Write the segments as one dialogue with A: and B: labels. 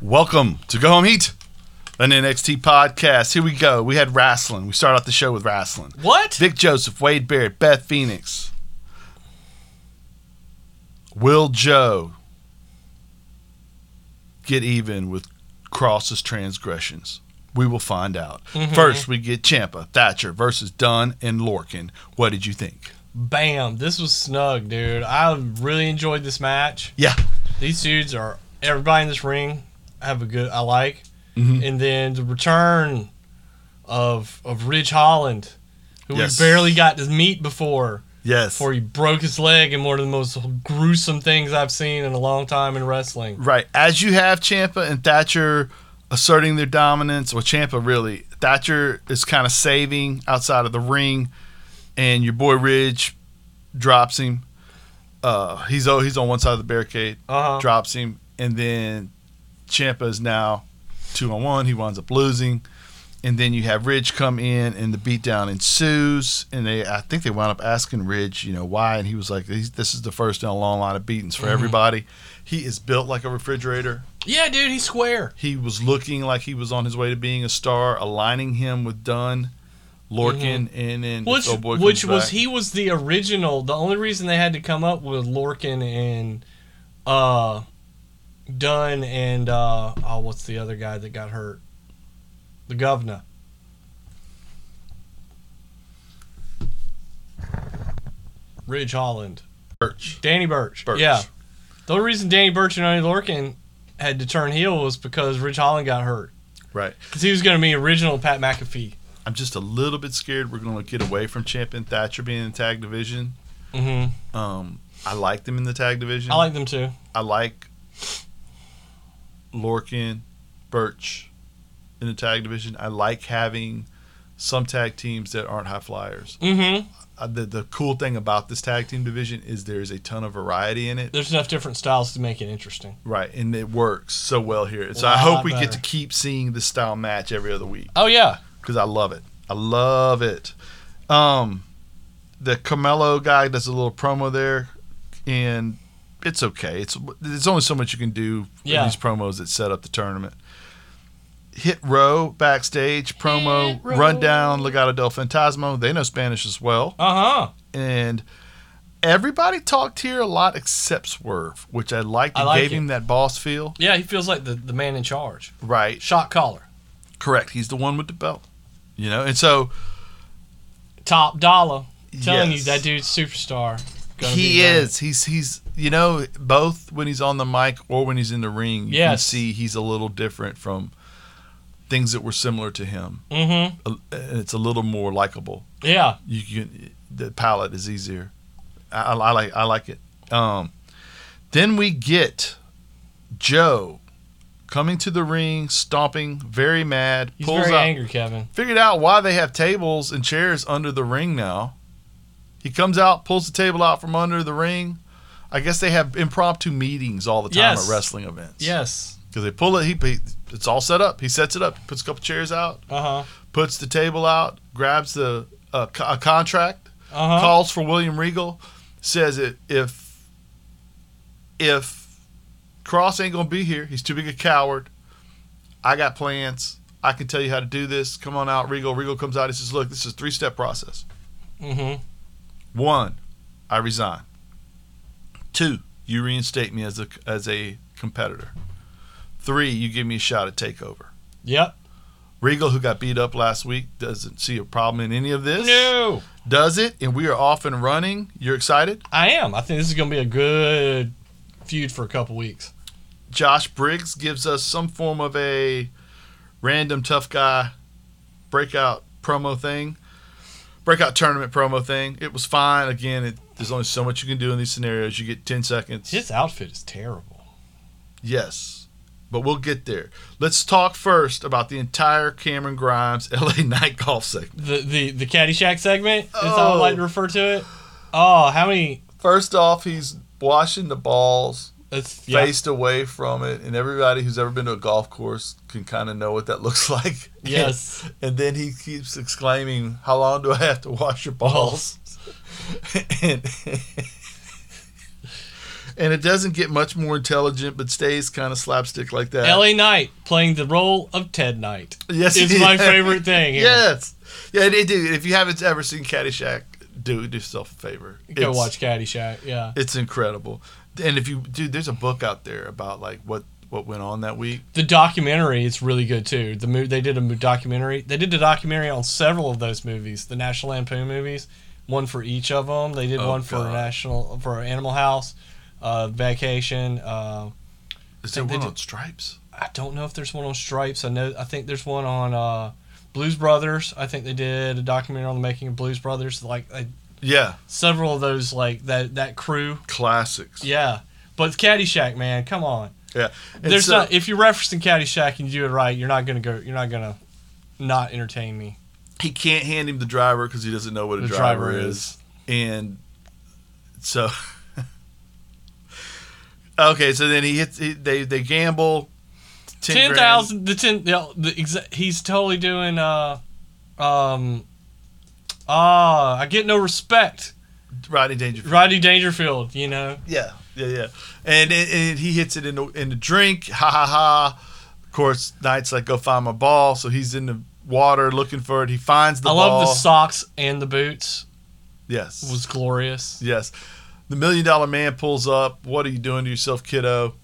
A: Welcome to Go Home Heat, an NXT podcast. Here we go. We had wrestling. We start off the show with wrestling.
B: What?
A: Vic Joseph, Wade Barrett, Beth Phoenix, Will Joe get even with Cross's transgressions? We will find out. First, we get Champa Thatcher versus Dunn and Lorkin. What did you think?
B: Bam. This was snug, dude. I really enjoyed this match.
A: Yeah,
B: These dudes are everybody in this ring have a good I like.
A: Mm-hmm.
B: And then the return of of Ridge Holland, who
A: Yes.
B: we barely got to meet before
A: yes.
B: before he broke his leg in one of the most gruesome things I've seen in a long time in wrestling.
A: Right. As you have Champa and Thatcher asserting their dominance, well, Champa really, Thatcher is kind of saving outside of the ring, and your boy Ridge drops him. Uh, he's o- he's on one side of the barricade,
B: Uh-huh.
A: drops him, and then Champa is now two on one. He winds up losing, and then you have Ridge come in, and the beatdown ensues. And they, I think they wound up asking Ridge, you know, why, and he was like, "These- "This is the first in a long line of beatings
B: Mm-hmm.
A: for everybody." He is built like a refrigerator.
B: Yeah, dude, he's square.
A: He was looking like he was on his way to being a star, aligning him with Dunn, Lorkin, and then
B: Mm-hmm. Which
A: this old boy
B: which
A: comes
B: was
A: back.
B: he was the original. The only reason they had to come up with Lorkin and uh Dunn and uh oh what's the other guy that got hurt? The governor. Ridge Holland.
A: Birch.
B: Danny Birch.
A: Birch.
B: Yeah. The only reason Danny Birch and Only Lorkin had to turn heel was because Ridge Holland got hurt.
A: Right.
B: Because he was going to be original Pat McAfee.
A: I'm just a little bit scared we're going to get away from Champion Thatcher being in the tag division.
B: hmm
A: Um, I like them in the tag division.
B: I like them too.
A: I like Lorkin, Birch in the tag division. I like having some tag teams that aren't high flyers.
B: Mm-hmm.
A: Uh, the the cool thing about this tag team division is there's a ton of variety in it.
B: there's enough different styles to make it interesting.
A: Right, and it works so well here. So
B: A
A: I hope
B: lot
A: we get
B: better.
A: to keep seeing this style match every other week
B: Oh yeah,
A: because I love it. I love it. Um, the Carmelo guy does a little promo there, and it's okay. It's there's only so much you can do
B: Yeah.
A: in these promos that set up the tournament. Hit row backstage promo
B: Hit Row.
A: rundown Legado del Fantasma. They know Spanish as well,
B: uh huh.
A: and everybody talked here a lot except Swerve, which I liked.
B: I
A: It
B: like
A: gave
B: it.
A: him that boss feel.
B: Yeah, he feels like the, the man in charge.
A: Right.
B: Shot caller,
A: Correct. He's the one with the belt. You know, and so
B: top dollar. Telling
A: Yes.
B: you that dude's superstar. Gonna
A: he
B: be great.
A: is. He's he's you know both when he's on the mic or when he's in the ring. You can
B: Yes.
A: see he's a little different from things that were similar to him.
B: Mhm.
A: Uh, and It's a little more likable.
B: Yeah.
A: You can the palette is easier. I, I, I like I like it. Um, then we get Joe coming to the ring, stomping, very mad,
B: He's
A: pulls
B: very
A: out
B: angry, Kevin.
A: figured out why they have tables and chairs under the ring now. He comes out, pulls the table out from under the ring. I guess they have impromptu meetings all the time
B: Yes.
A: at wrestling events.
B: Yes.
A: because they pull it. He, he it's all set up. He sets it up. Puts a couple chairs out.
B: Uh huh.
A: Puts the table out. Grabs the uh, co- a contract.
B: Uh huh.
A: Calls for William Regal. Says it if if Cross ain't gonna be here, he's too big a coward. I got plans. I can tell you how to do this. Come on out, Regal. Regal comes out. He says, "Look, this is a three-step process.
B: Mhm.
A: One, I resign. Two, you reinstate me as a as a competitor. Three, you give me a shot at takeover."
B: Yep.
A: Regal, who got beat up last week, doesn't see a problem in any of this.
B: No,
A: Does it, and we are off and running. You're excited.
B: I am. I think this is gonna be a good feud for a couple weeks.
A: Josh Briggs gives us some form of a random tough guy breakout promo thing, breakout tournament promo thing. It was fine. Again, it, there's only so much you can do in these scenarios. You get 10 seconds.
B: His outfit is terrible.
A: Yes, but we'll get there. Let's talk first about the entire Cameron Grimes LA night golf segment.
B: The the the Caddyshack segment is how I
A: Oh.
B: like to refer to it. Oh, how many? uh,
A: First off, he's washing the balls.
B: It's
A: Faced away from it, and everybody who's ever been to a golf course can kind of know what that looks like.
B: Yes.
A: And then he keeps exclaiming, "How long do I have to wash your balls?" and and it doesn't get much more intelligent, but stays kind of slapstick like that.
B: L.A. Knight playing the role of Ted Knight
A: yes,
B: is
A: it
B: my
A: is.
B: favorite thing. here.
A: Yes, yeah, they do. If you haven't ever seen Caddyshack, do do yourself a favor.
B: Go
A: It's-
B: watch Caddyshack. Yeah.
A: It's incredible. And if you dude, there's a book out there about like what what went on that week.
B: The documentary is really good too. The mo- they did a mo- documentary. They did a documentary on several of those movies, the National Lampoon movies, one for each of them. They did
A: Oh,
B: one for
A: God.
B: National for Animal House, uh, Vacation. Uh,
A: Is there
B: Think they
A: one
B: do-
A: on Stripes?
B: I don't know if there's one on Stripes. I know I think there's one on uh, Blues Brothers. I think they did a documentary on the making of Blues Brothers. Like uh,
A: Yeah,
B: several of those, like that that crew.
A: classics.
B: Yeah, but Caddyshack, man, come on.
A: yeah. And
B: There's
A: so-
B: not if you're referencing Caddyshack and you do it right, you're not gonna go. You're not gonna not entertain me.
A: he can't hand him the driver because he doesn't know what a
B: The
A: driver,
B: driver
A: is.
B: is.
A: and so okay. So then he hits. He, they they gamble
B: Ten
A: grand.
B: thousand. The ten. The, the exa- he's totally doing. uh Um. Ah, I get no respect,
A: Rodney Dangerfield.
B: Rodney Dangerfield. You know,
A: Yeah, yeah, yeah. And, and and he hits it in the in the drink. Ha ha ha. Of course, Knight's like, go find my ball. So he's in the water looking for it. He finds the
B: I
A: ball.
B: love the socks and the boots.
A: yes.
B: It was glorious.
A: Yes. The million dollar man pulls up. What are you doing to yourself, kiddo?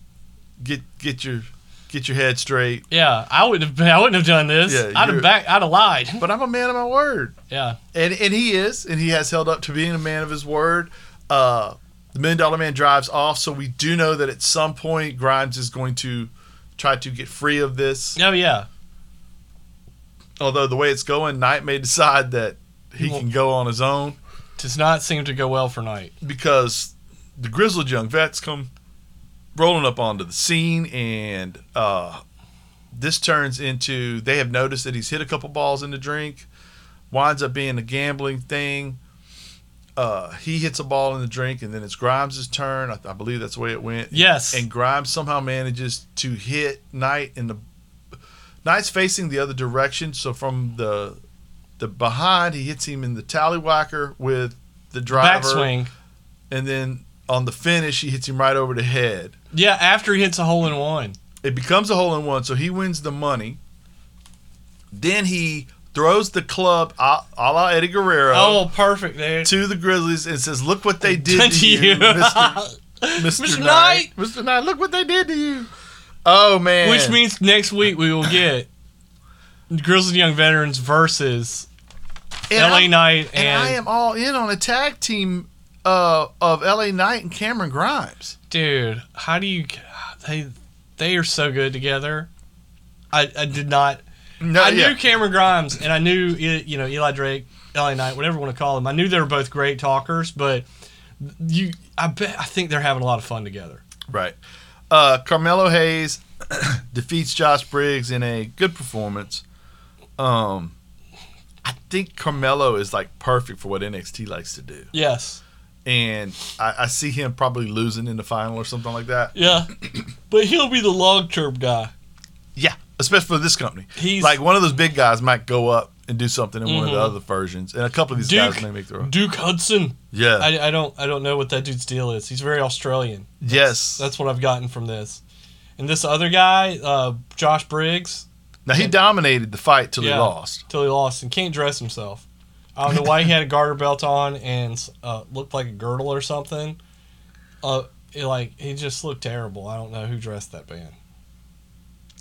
A: Get get your get your head straight.
B: Yeah, I would have. I wouldn't have done this.
A: Yeah,
B: I'd
A: you're-
B: have back. I'd have lied.
A: But I'm a man of my word.
B: Yeah,
A: And and he is, and he has held up to being a man of his word. Uh the million dollar man drives off, so we do know that at some point Grimes is going to try to get free of this.
B: oh yeah.
A: Although the way it's going, Knight may decide that he
B: Well-
A: can go on his own
B: Does not seem to go well for Knight.
A: because the grizzled young vets come rolling up onto the scene and uh, this turns into they have noticed that he's hit a couple balls in the drink winds up being a gambling thing uh, he hits a ball in the drink and then it's grimes' turn i, I believe that's the way it went
B: Yes.
A: and grimes somehow manages to hit knight in the knight's facing the other direction so from the the behind he hits him in the tallywhacker with the driver
B: Backswing.
A: and then on the finish he hits him right over the head.
B: Yeah, after he hits a hole in one.
A: It becomes a hole in one, so he wins the money. Then he throws the club a, a la Eddie Guerrero
B: Oh, perfect, dude.
A: to the Grizzlies and says, "Look what they did
B: Done
A: to you, Mister
B: Mr.
A: Knight.
B: Knight.
A: Mister Knight. Look what they did to you." Oh man,
B: Which means next week we will get Grizzled Young Veterans versus
A: And
B: LA
A: I'm-
B: Knight and,
A: and I am all in on a tag team uh, of LA Knight and Cameron Grimes.
B: dude, how do you they they are so good together. I, I did not
A: No,
B: I
A: yeah.
B: knew Cameron Grimes and I knew you know Eli Drake, LA Knight, whatever you want to call them. I knew they were both great talkers, but you I bet I think they're having a lot of fun together.
A: Right. Uh, Carmelo Hayes defeats Josh Briggs in a good performance. Um, I think Carmelo is like perfect for what NXT likes to do,
B: Yes.
A: and I, I see him probably losing in the final or something like that.
B: Yeah. But he'll be the long term guy.
A: Yeah, especially for this company.
B: He's
A: like one of those big guys might go up and do something in one of the
B: Mhm.
A: other versions, and a couple of these
B: Duke.
A: guys may make their own.
B: Duke Hudson.
A: Yeah.
B: I, I don't I don't know what that dude's deal is. He's very Australian.
A: yes.
B: That's what I've gotten from this. And this other guy, uh, Josh Briggs,
A: now he dominated the fight till he
B: Yeah.
A: lost.
B: till he lost and can't dress himself. I don't know why he had a garter belt on and uh, looked like a girdle or something. Uh, it, like he just looked terrible. I don't know who dressed that man.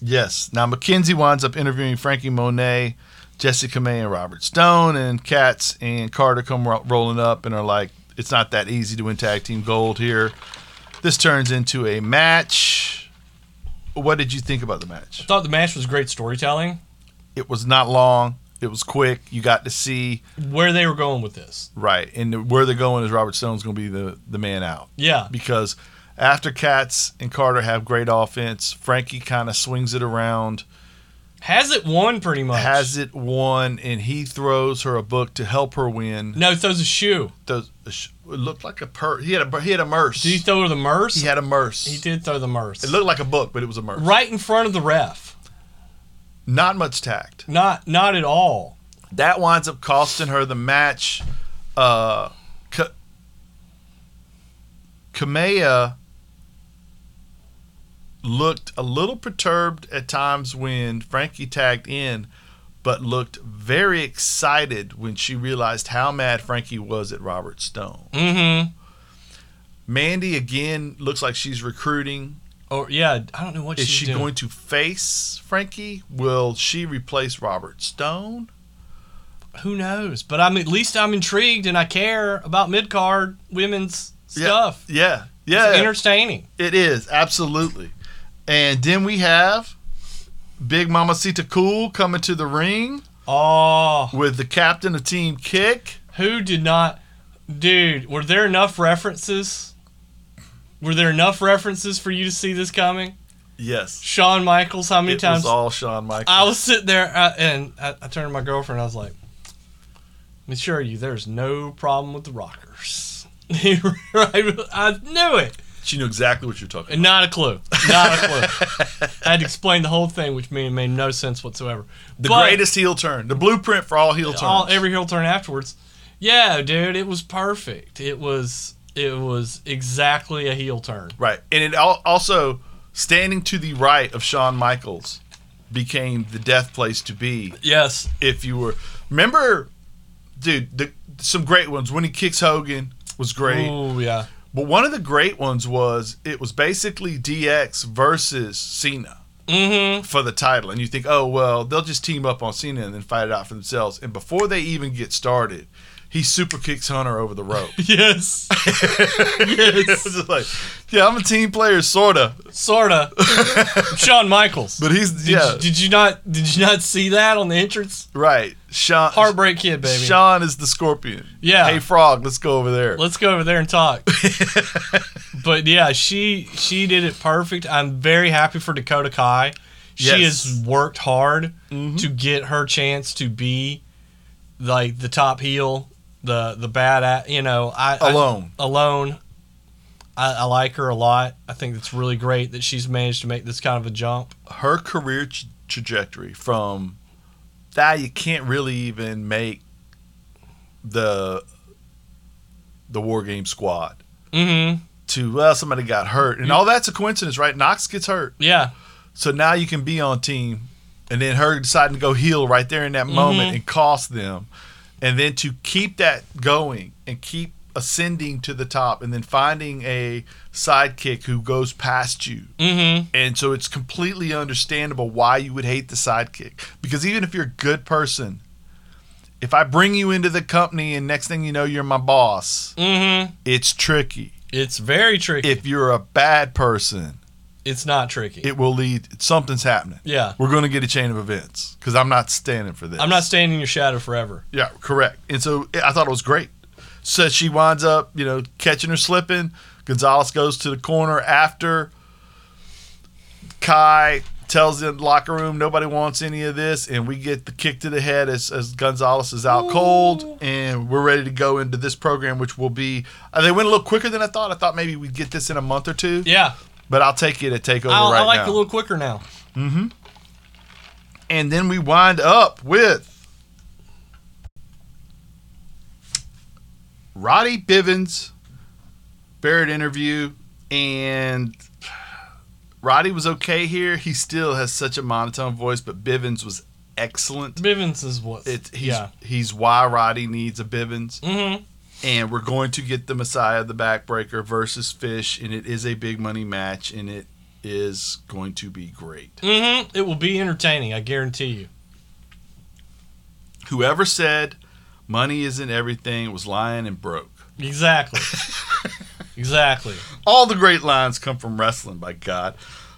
A: Yes. Now McKenzie winds up interviewing Frankie Monet, Jessica May, and Robert Stone, and Katz and Carter come ro- rolling up and are like, "It's not that easy to win tag team gold here." This turns into a match. What did you think about the match?
B: Thought the match was great storytelling.
A: It was not long. It was quick. You got to see
B: Where they were going with this,
A: right, and the, where they're going is Robert Stone's going to be the the man out
B: yeah,
A: because after Katz and Carter have great offense, Frankie kind of swings it around.
B: has it won pretty much.
A: has it won, and he throws her a book to help her win.
B: no, he throws a shoe.
A: Those it looked like a per. He had a he had a merce.
B: Did he throw her the merce?
A: He had a merce.
B: He did throw the merce.
A: It looked like a book, but it was a merce.
B: right in front of the ref.
A: Not much tact.
B: Not not at all.
A: That winds up costing her the match. Uh, Ka- Kamea looked a little perturbed at times when Frankie tagged in, but looked very excited when she realized how mad Frankie was at Robert Stone.
B: Mm-hmm.
A: Mandy again looks like she's recruiting.
B: Or yeah, I don't know what
A: Is
B: she's
A: she
B: doing.
A: going to face Frankie? Will she replace Robert Stone?
B: Who knows? But I'm at least I'm intrigued and I care about mid card women's
A: Yeah.
B: stuff.
A: Yeah.
B: It's
A: Yeah.
B: entertaining.
A: It is absolutely, and then we have Big Mama Sita Cool coming to the ring
B: Oh,
A: with the captain of Team Kick.
B: who did not? Dude, were there enough references? Were there enough references for you to see this coming?
A: Yes,
B: Shawn Michaels, how many
A: it
B: times?
A: was all Shawn Michaels.
B: I was sitting there uh, and I, I turned to my girlfriend. I was like, "I'm sure you, there's no problem with the Rockers." I knew it.
A: she knew exactly what you're talking.
B: And not a clue. Not a clue. I had to explain the whole thing, which made, made no sense whatsoever.
A: The
B: But
A: greatest heel turn, the blueprint for all heel turns.
B: all every heel turn afterwards. Yeah, dude, it was perfect. It was it was exactly a heel turn.
A: right, and it all, also standing to the right of Shawn Michaels became the death place to be
B: Yes.
A: if you were. Remember, dude, the, some great ones when he kicks Hogan was great.
B: Oh yeah.
A: But one of the great ones was it was basically DX versus Cena
B: Mm-hmm.
A: for the title. And you think, oh, well, they'll just team up on Cena and then fight it out for themselves. And before they even get started, he super kicks Hunter over the rope.
B: Yes.
A: it was just like, yeah, I'm a team player, sort of.
B: Sorta. Shawn Michaels.
A: But he's,
B: did,
A: yeah,
B: you, did you not did you not see that on the entrance?
A: right. Sean,
B: Heartbreak Kid, baby.
A: Sean is the scorpion.
B: Yeah.
A: Hey, Frog, let's go over there.
B: Let's go over there and talk. but yeah, she she did it perfect. I'm very happy for Dakota Kai. She
A: Yes. Mm-hmm.
B: has worked hard to get her chance to be like the top heel, the the bad at you know, I I-
A: Alone.
B: alone. I, I like her a lot. I think it's really great that she's managed to make this kind of a jump.
A: her career t- trajectory from that you can't really even make the the war game squad
B: Mm-hmm.
A: to well somebody got hurt and all that's a coincidence right knox gets hurt
B: Yeah.
A: so now you can be on team and then her deciding to go heal right there in that moment and cost them and then to keep that going and keep ascending to the top and then finding a sidekick who goes past you
B: Mm-hmm.
A: and so it's completely understandable why you would hate the sidekick. Because even if you're a good person, if I bring you into the company and next thing you know you're my boss,
B: Mm-hmm.
A: it's tricky.
B: It's very tricky.
A: If you're a bad person,
B: it's not tricky.
A: it will lead something's happening.
B: yeah.
A: We're going to get a chain of events because I'm not standing for this.
B: I'm not staying in your shadow forever.
A: Yeah, correct. And so eh, I thought it was great. So she winds up, you know, catching her slipping. Gonzalez goes to the corner after. Kai tells in the locker room nobody wants any of this, and we get the kick to the head as, as Gonzalez is out cold, and we're ready to go into this program, which will be. uh, They went a little quicker than I thought. I thought maybe we'd get this in a month or two,
B: Yeah.
A: but I'll take it at Takeover
B: I'll-
A: right
B: I like
A: now.
B: it a little quicker now.
A: and then we wind up with Roddy Bivens Barrett interview and Roddy was okay here. He still has such a monotone voice, but Bivens was excellent.
B: Bivens is what?
A: It, he's,
B: yeah.
A: he's why Roddy needs a Bivens.
B: Mm-hmm.
A: And we're going to get the Messiah, the backbreaker versus Fish, and it is a big money match, and it is going to be great.
B: Mm-hmm. It will be entertaining. I guarantee you.
A: whoever said money isn't everything was lying and broke.
B: Exactly. exactly.
A: All the great lines come from wrestling, by God.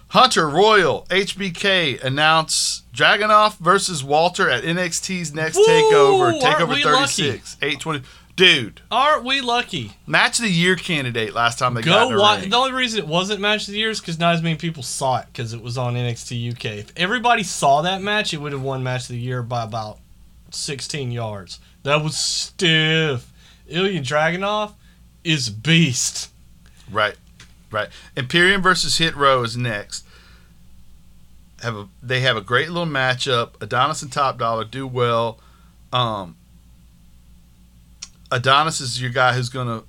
A: Hunter Royal, HBK announce Dragonoff versus Walter at NXT's next
B: Woo!
A: takeover,
B: Aren't
A: takeover
B: we
A: 36, 820. Dude,
B: Aren't we lucky?
A: match of the year candidate last time they got in
B: Go
A: the
B: watch.
A: ring.
B: The only reason it wasn't match of the year is because not as many people saw it because it was on NXT UK. If everybody saw that match, it would have won match of the year by about 16 yards. That was stiff. Ilya Dragunov is a beast.
A: Right, right. Imperium versus Hit Row is next. Have a they have a great little matchup. Adonis and Top Dollar do well. Um, Adonis is your guy who's gonna.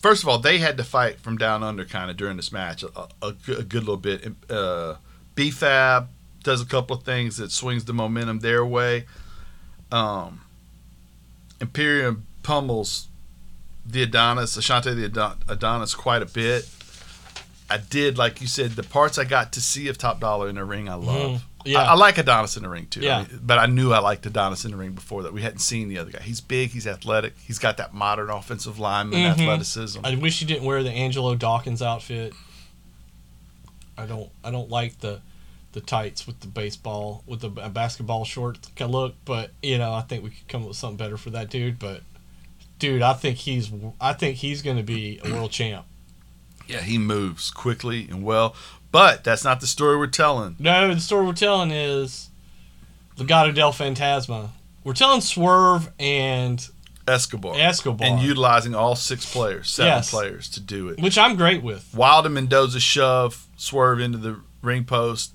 A: first of all, they had to fight from down under kind of during this match a, a, g- a good little bit. Uh, BFAB does a couple of things that swings the momentum their way. Um, Imperium pummels the Adonis, Ashante the Adon- Adonis quite a bit. I did, like you said, the parts I got to see of Top Dollar in the ring, I love.
B: Yeah.
A: I, I like Adonis in the ring too. I
B: Yeah.
A: mean, but I knew I liked Adonis in the ring before that. We hadn't seen the other guy. He's big. He's athletic. He's got that modern offensive lineman
B: Mhm.
A: athleticism.
B: I wish you didn't wear the Angelo Dawkins outfit. I don't. I don't like the the tights with the baseball with the b- basketball short kind of look. But you know, I think we could come up with something better for that dude. But dude, I think he's. I think he's going to be a world champ.
A: yeah, he moves quickly and well. But that's not the story we're telling.
B: No, the story we're telling is Legado del Fantasma. We're telling Swerve and
A: Escobar.
B: Escobar,
A: And utilizing all six players, seven
B: Yes.
A: players to do it.
B: which I'm great with.
A: Wilder Mendoza shove, swerve into the ring post.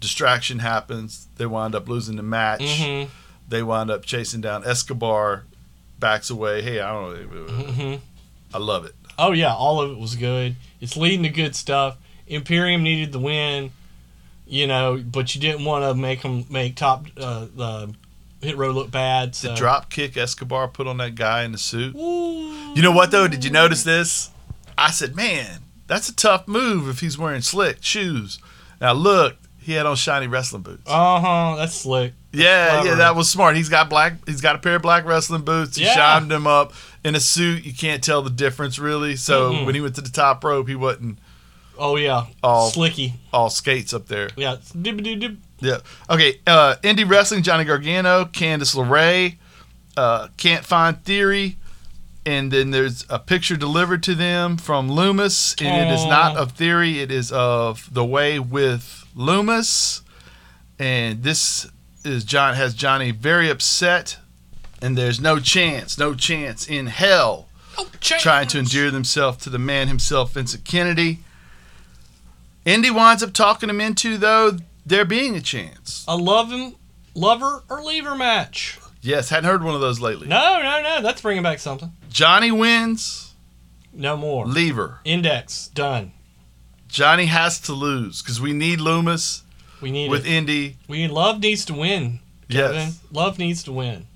A: Distraction happens. They wind up losing the match.
B: Mm-hmm.
A: They wind up chasing down Escobar. Backs away. Hey, I don't.
B: Mm-hmm.
A: I love it.
B: Oh yeah, all of it was good. It's leading to good stuff. Imperium needed the win, you know, but you didn't want to make them make top uh, the hit row look bad. So.
A: The drop kick Escobar put on that guy in the suit.
B: Ooh.
A: You know what though? Did you notice this? I said, man, that's a tough move if he's wearing slick shoes. Now look, he had on shiny wrestling boots.
B: Uh huh. That's slick.
A: yeah, yeah,
B: clever.
A: that was smart. He's got black. He's got a pair of black wrestling boots. He
B: Yeah.
A: shined them up in a suit. You can't tell the difference really. So
B: Mm-mm.
A: when he went to the top rope, he wasn't
B: Oh yeah.
A: Oh.
B: Slicky.
A: all skates up there.
B: Yeah. it's Dib dib dib.
A: Yeah. Okay. Uh, indie wrestling: Johnny Gargano, Candice LeRae, uh, Can't Find Theory, and then there's a picture delivered to them from Loomis, and it is
B: Aw.
A: not of Theory; it is of the way with Loomis. And this is John has Johnny very upset, and there's no chance, no chance in hell
B: Oh, change.
A: trying to endear themselves to the man himself, Vincent Kennedy. Indy winds up talking him into though there being a chance.
B: A love him, love her or leave her match.
A: Yes, hadn't heard one of those lately.
B: No, no, no. That's bringing back something.
A: Johnny wins,
B: No more.
A: lever.
B: Index done.
A: Johnny has to lose because we need Loomis
B: We need
A: with
B: it.
A: Indy.
B: We love needs to win.
A: Yes.
B: Kevin. Love needs to win.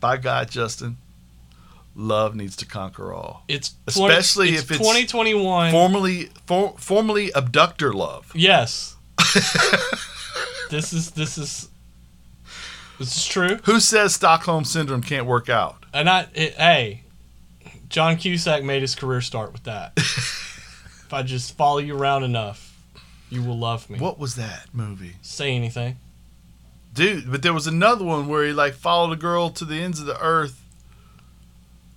A: By God, Justin, love needs to conquer all.
B: It's
A: Especially
B: 20,
A: if it's
B: 2021.
A: Formerly, for, formerly abductor love.
B: yes. this is this is this is true.
A: Who says Stockholm syndrome can't work out?
B: And I it, hey, John Cusack made his career start with that. if I just follow you around enough, you will love me.
A: What was that movie?
B: Say anything.
A: dude. But there was another one where he like followed a girl to the ends of the earth.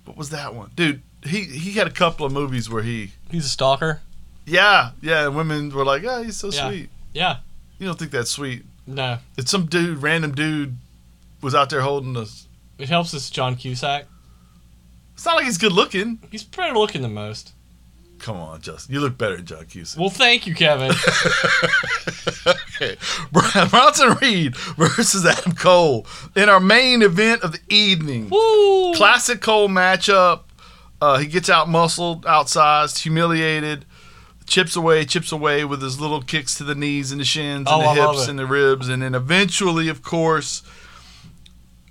A: What was that one, dude? He he had a couple of movies where he,
B: He's a stalker.
A: yeah, yeah. and Women were like, oh, he's so
B: Yeah.
A: sweet.
B: Yeah.
A: You don't think that's sweet?
B: No.
A: It's some dude, random dude, was out there holding us.
B: It helps us John Cusack.
A: It's not like he's good looking.
B: He's better looking than most.
A: Come on, Justin, you look better than John Cusack.
B: Well, thank you, Kevin.
A: okay, Bronson Reed versus Adam Cole in our main event of the evening.
B: Woo!
A: classic Cole matchup. Uh, he gets out muscled, outsized, humiliated, chips away, chips away with his little kicks to the knees and the shins and
B: Oh,
A: the
B: I love
A: hips
B: it.
A: and the ribs. And then eventually, of course,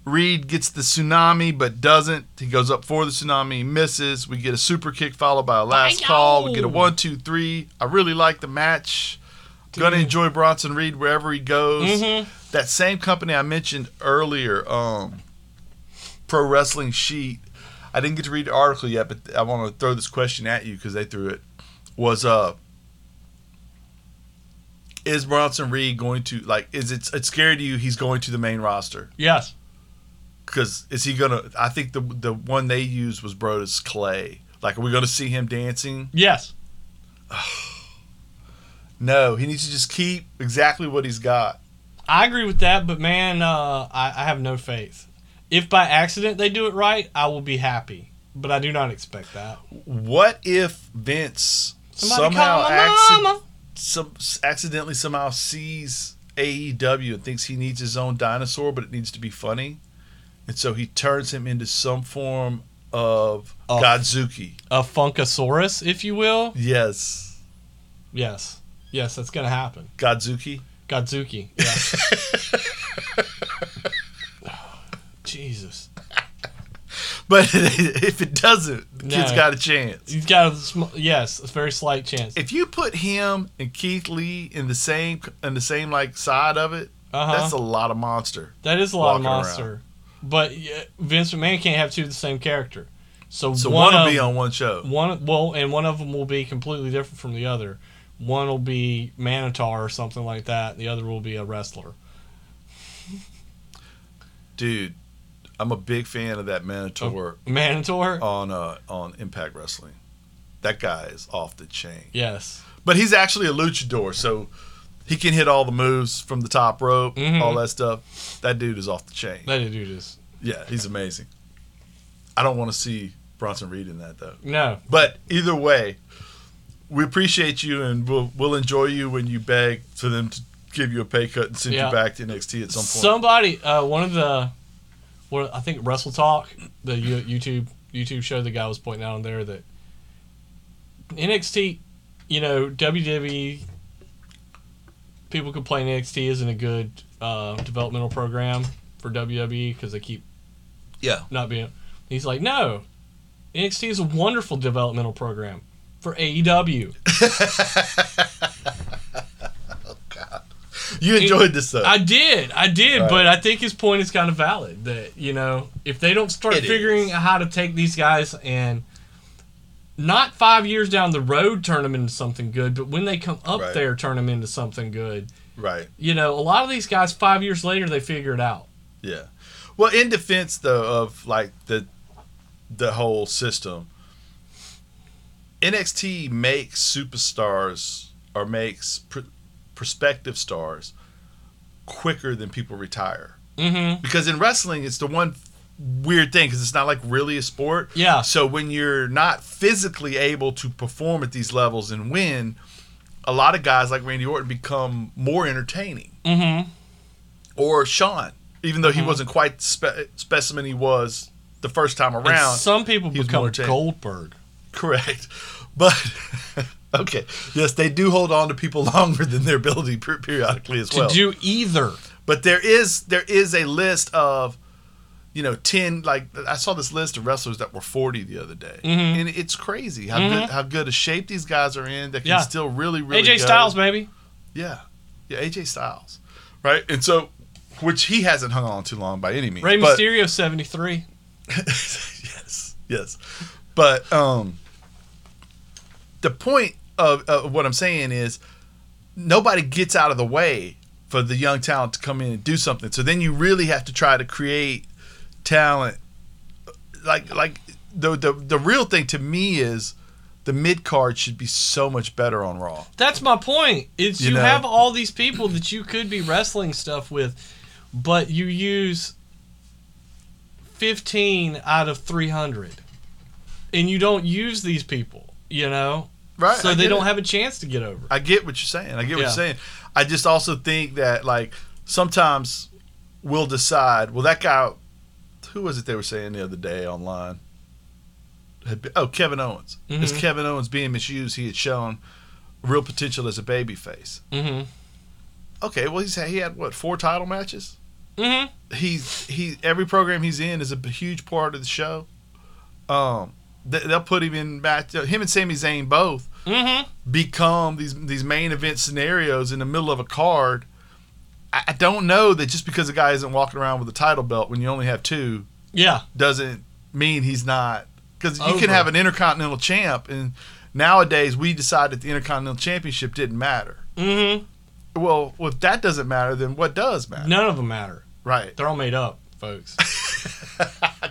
A: Reed gets the tsunami but doesn't. He goes up for the tsunami, he misses. We get a super kick followed by a last call. We get a
B: Wow.
A: one, two, three. I really like the match. Gonna
B: Dude.
A: enjoy Bronson Reed wherever he goes
B: Mhm.
A: that same company I mentioned earlier, um, Pro Wrestling Sheet. I didn't get to read the article yet, but I want to throw this question at you because they threw it. Was uh, is Bronson Reed going to like? Is it it's scary to you? He's going to the main roster
B: Yes.
A: because is he gonna? I think the the one they used was Brodus Clay. Like, are we gonna see him dancing?
B: Yes.
A: No, he needs to just keep exactly what he's got.
B: I agree with that, but man, uh, I, I have no faith. If by accident they do it right, I will be happy. But I do not expect that.
A: What if Vince
B: Somebody
A: somehow
B: call my
A: accident-
B: mama.
A: some accidentally somehow sees AEW and thinks he needs his own dinosaur, but it needs to be funny, and so he turns him into some form of
B: Oh.
A: Godzuki.
B: A Funkasaurus, if you will.
A: Yes.
B: Yes. Yes, that's going to happen.
A: Godzuki.
B: Godzuki. Yes. Jesus.
A: But if it doesn't, the
B: No.
A: kid's got a chance.
B: You've got a sm- yes, a very slight chance.
A: If you put him and Keith Lee in the same in the same like side of it,
B: Uh-huh.
A: that's a lot of monster.
B: That is a lot of
A: walking around.
B: monster. But yeah, Vince McMahon can't have two of the same character. So,
A: So
B: one,
A: one will
B: of,
A: be on one show.
B: one well, and one of them will be completely different from the other. One will be Manatar or something like that. and The other will be a wrestler.
A: Dude, I'm a big fan of that
B: Oh.
A: Minotaur
B: Manator.
A: on uh, on Impact Wrestling. That guy is off the chain.
B: Yes.
A: But he's actually a luchador, so he can hit all the moves from the top rope,
B: Mhm.
A: all that stuff. That dude is off the chain.
B: That dude is
A: Yeah, he's amazing. I don't want to see Bronson Reed in that though.
B: no.
A: But either way, we appreciate you and we'll, we'll enjoy you when you beg for them to give you a pay cut and send
B: Yeah.
A: you back to NXT at some point.
B: Somebody, uh, one of the, well, I think Wrestle Talk, the Yo- YouTube YouTube show, the guy was pointing out on there that NXT, you know, WWE, people complain NXT isn't a good uh, developmental program for WWE because they keep
A: yeah.
B: not being. He's like, no, NXT is a wonderful developmental program for E AEW.
A: You enjoyed this though.
B: I did, I did,
A: Uh, Right.
B: but I think his point is kind of valid that you know if they don't start
A: It
B: figuring
A: is.
B: out how to take these guys and not five years down the road turn them into something good, but when they come up
A: Right.
B: there turn them into something good.
A: right.
B: You know, a lot of these guys five years later they figure it out.
A: Yeah. Well, in defense though of like the the whole system, NXT makes superstars or makes pr- prospective stars quicker than people retire.
B: Mm-hmm.
A: because in wrestling it's the one weird thing because it's not like really a sport
B: Yeah.
A: so when you're not physically able to perform at these levels and win a lot of guys like randy orton become more entertaining
B: Mm-hmm.
A: or sean even though he wasn't quite the spe- specimen he was the first time around
B: some people
A: he was
B: become
A: more ta-
B: Goldberg.
A: correct but okay yes they do hold on to people longer than their ability per- periodically as well
B: to do either.
A: But there is there is a list of, you know, ten like I saw this list of wrestlers that were forty the other day,
B: Mm-hmm.
A: and it's crazy how good how good a shape these guys are in that can
B: Yeah.
A: still really really
B: AJ
A: go.
B: Styles, maybe.
A: yeah, yeah AJ Styles, right? And so, which he hasn't hung on too long by any means.
B: Rey
A: but-
B: Mysterio, seventy three.
A: yes, yes. But um, the point of, of what I'm saying is nobody gets out of the way for the young talent to come in and do something. So then you really have to try to create talent. Like like the the, the real thing to me is the mid card should be so much better on Raw.
B: That's my point. It's you,
A: You know?
B: have all these people that you could be wrestling stuff with, but you use fifteen out of three hundred, and you don't use these people. You know,
A: Right.
B: so
A: I
B: they
A: get
B: don't
A: it.
B: have a chance to get over.
A: I get what you're saying. I get what
B: Yeah.
A: you're saying. I just also think that like sometimes we'll decide. Well, that guy, who was it they were saying the other day online? Had been, oh, Kevin Owens. As
B: Mhm.
A: Kevin Owens being misused, he had shown real potential as a babyface.
B: Mm-hmm.
A: Okay, well he's had, he had what four title matches.
B: Mm-hmm.
A: He's he every program he's in is a b- huge part of the show. Um, they, they'll put him in match. Him and Sami Zayn both
B: Mm-hmm.
A: become these these main event scenarios in the middle of a card. I, I don't know that just because a guy isn't walking around with a title belt when you only have two
B: Yeah.
A: doesn't mean he's not because you
B: Over.
A: can have an intercontinental champ and nowadays we decide that the intercontinental championship didn't matter.
B: Mm-hmm.
A: Well, if that doesn't matter, then what does matter?
B: None of them matter.
A: Right.
B: They're all made up, folks.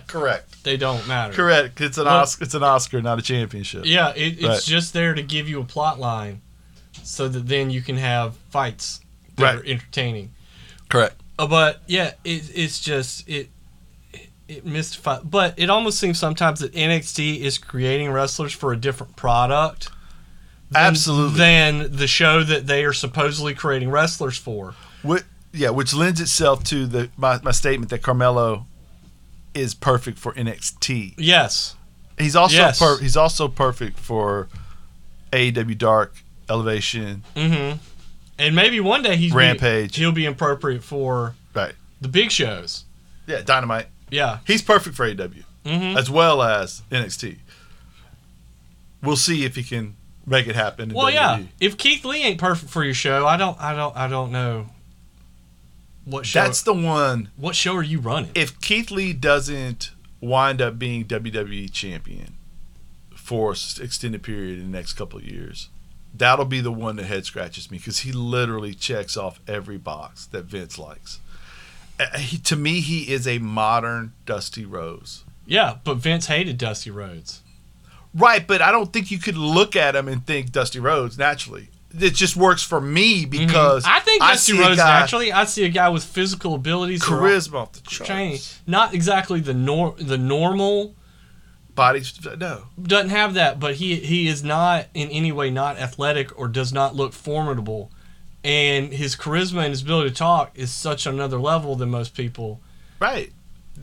A: Correct.
B: they don't matter.
A: Correct. It's an
B: Well-
A: Oscar. It's an Oscar, not a championship.
B: Yeah, it, it's
A: Right.
B: just there to give you a plot line, so that then you can have fights that
A: Right.
B: are entertaining.
A: Correct.
B: Uh, but yeah, it, it's just it it- it mystifies. But it almost seems sometimes that NXT is creating wrestlers for a different product. than-
A: Absolutely.
B: Than the show that they are supposedly creating wrestlers for.
A: What, yeah, which lends itself to the my, my statement that Carmelo is perfect for NXT.
B: Yes.
A: He's also
B: Yes.
A: per- he's also perfect for AEW Dark Elevation.
B: Mm-hmm. And maybe one day he's
A: Rampage.
B: Be, he'll be appropriate for
A: Right.
B: the big shows.
A: Yeah, Dynamite.
B: Yeah.
A: He's perfect for AEW
B: Mm-hmm.
A: as well as NXT. We'll see if he can make it happen. in E.
B: Well, yeah.
A: WWE.
B: If Keith Lee ain't perfect for your show, I don't, I don't, I don't know. What show?
A: That's the one.
B: what show are you running?
A: If Keith Lee doesn't wind up being WWE champion for an extended period in the next couple of years, that'll be the one that head scratches me because he literally checks off every box that Vince likes. Uh, He, to me, he is a modern Dusty Rose.
B: yeah, but Vince hated Dusty Rhodes.
A: Right, but I don't think you could look at him and think Dusty Rhodes naturally. It just works for me because
B: Mm-hmm. I think Dusty
A: see a
B: Rhodes
A: guy-
B: naturally. I see a guy with physical abilities, that are
A: charisma off the
B: off
A: charts.
B: the chain. Not exactly the nor the normal.
A: Body, no,
B: Doesn't have that, but he he is not in any way not athletic or does not look formidable, and his charisma and his ability to talk is such another level than most people.
A: right.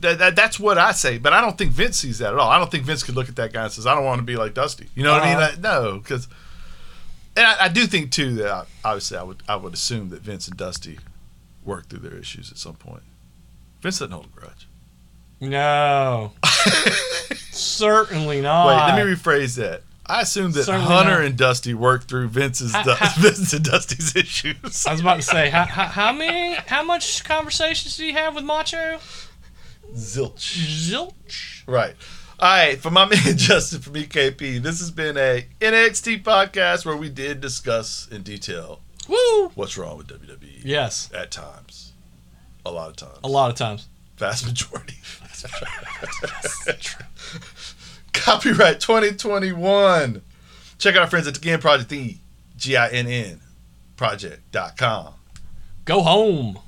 A: That, that, that's what I say, but I don't think Vince sees that at all. I don't think Vince could look at that guy and says, "I don't want to be like Dusty." You know what I mean?
B: Uh-huh.
A: Like, no, because, and I, I do think too that I, obviously I would I would assume that Vince and Dusty worked through their issues at some point. Vince doesn't hold a grudge.
B: No, certainly
A: Wait,
B: not.
A: let me rephrase that. I assume that
B: Uh-huh. Certainly
A: Hunter
B: not.
A: and Dusty worked through Vince's
B: Ha-
A: du-
B: ha-
A: Vince and Dusty's issues.
B: I was about to say, how, how, how many, how much conversations do you have with Macho?
A: Zilch.
B: Zilch.
A: Right. All right, for my man Justin from EKP, this has been a NXT podcast where we did discuss in detail
B: Woo.
A: what's wrong with WWE
B: Yes,
A: at times, a lot of times,
B: a lot of times.
A: vast majority. Copyright 2021. Check out our friends at the GIN Project, the G I N N Project.com.
B: Go home.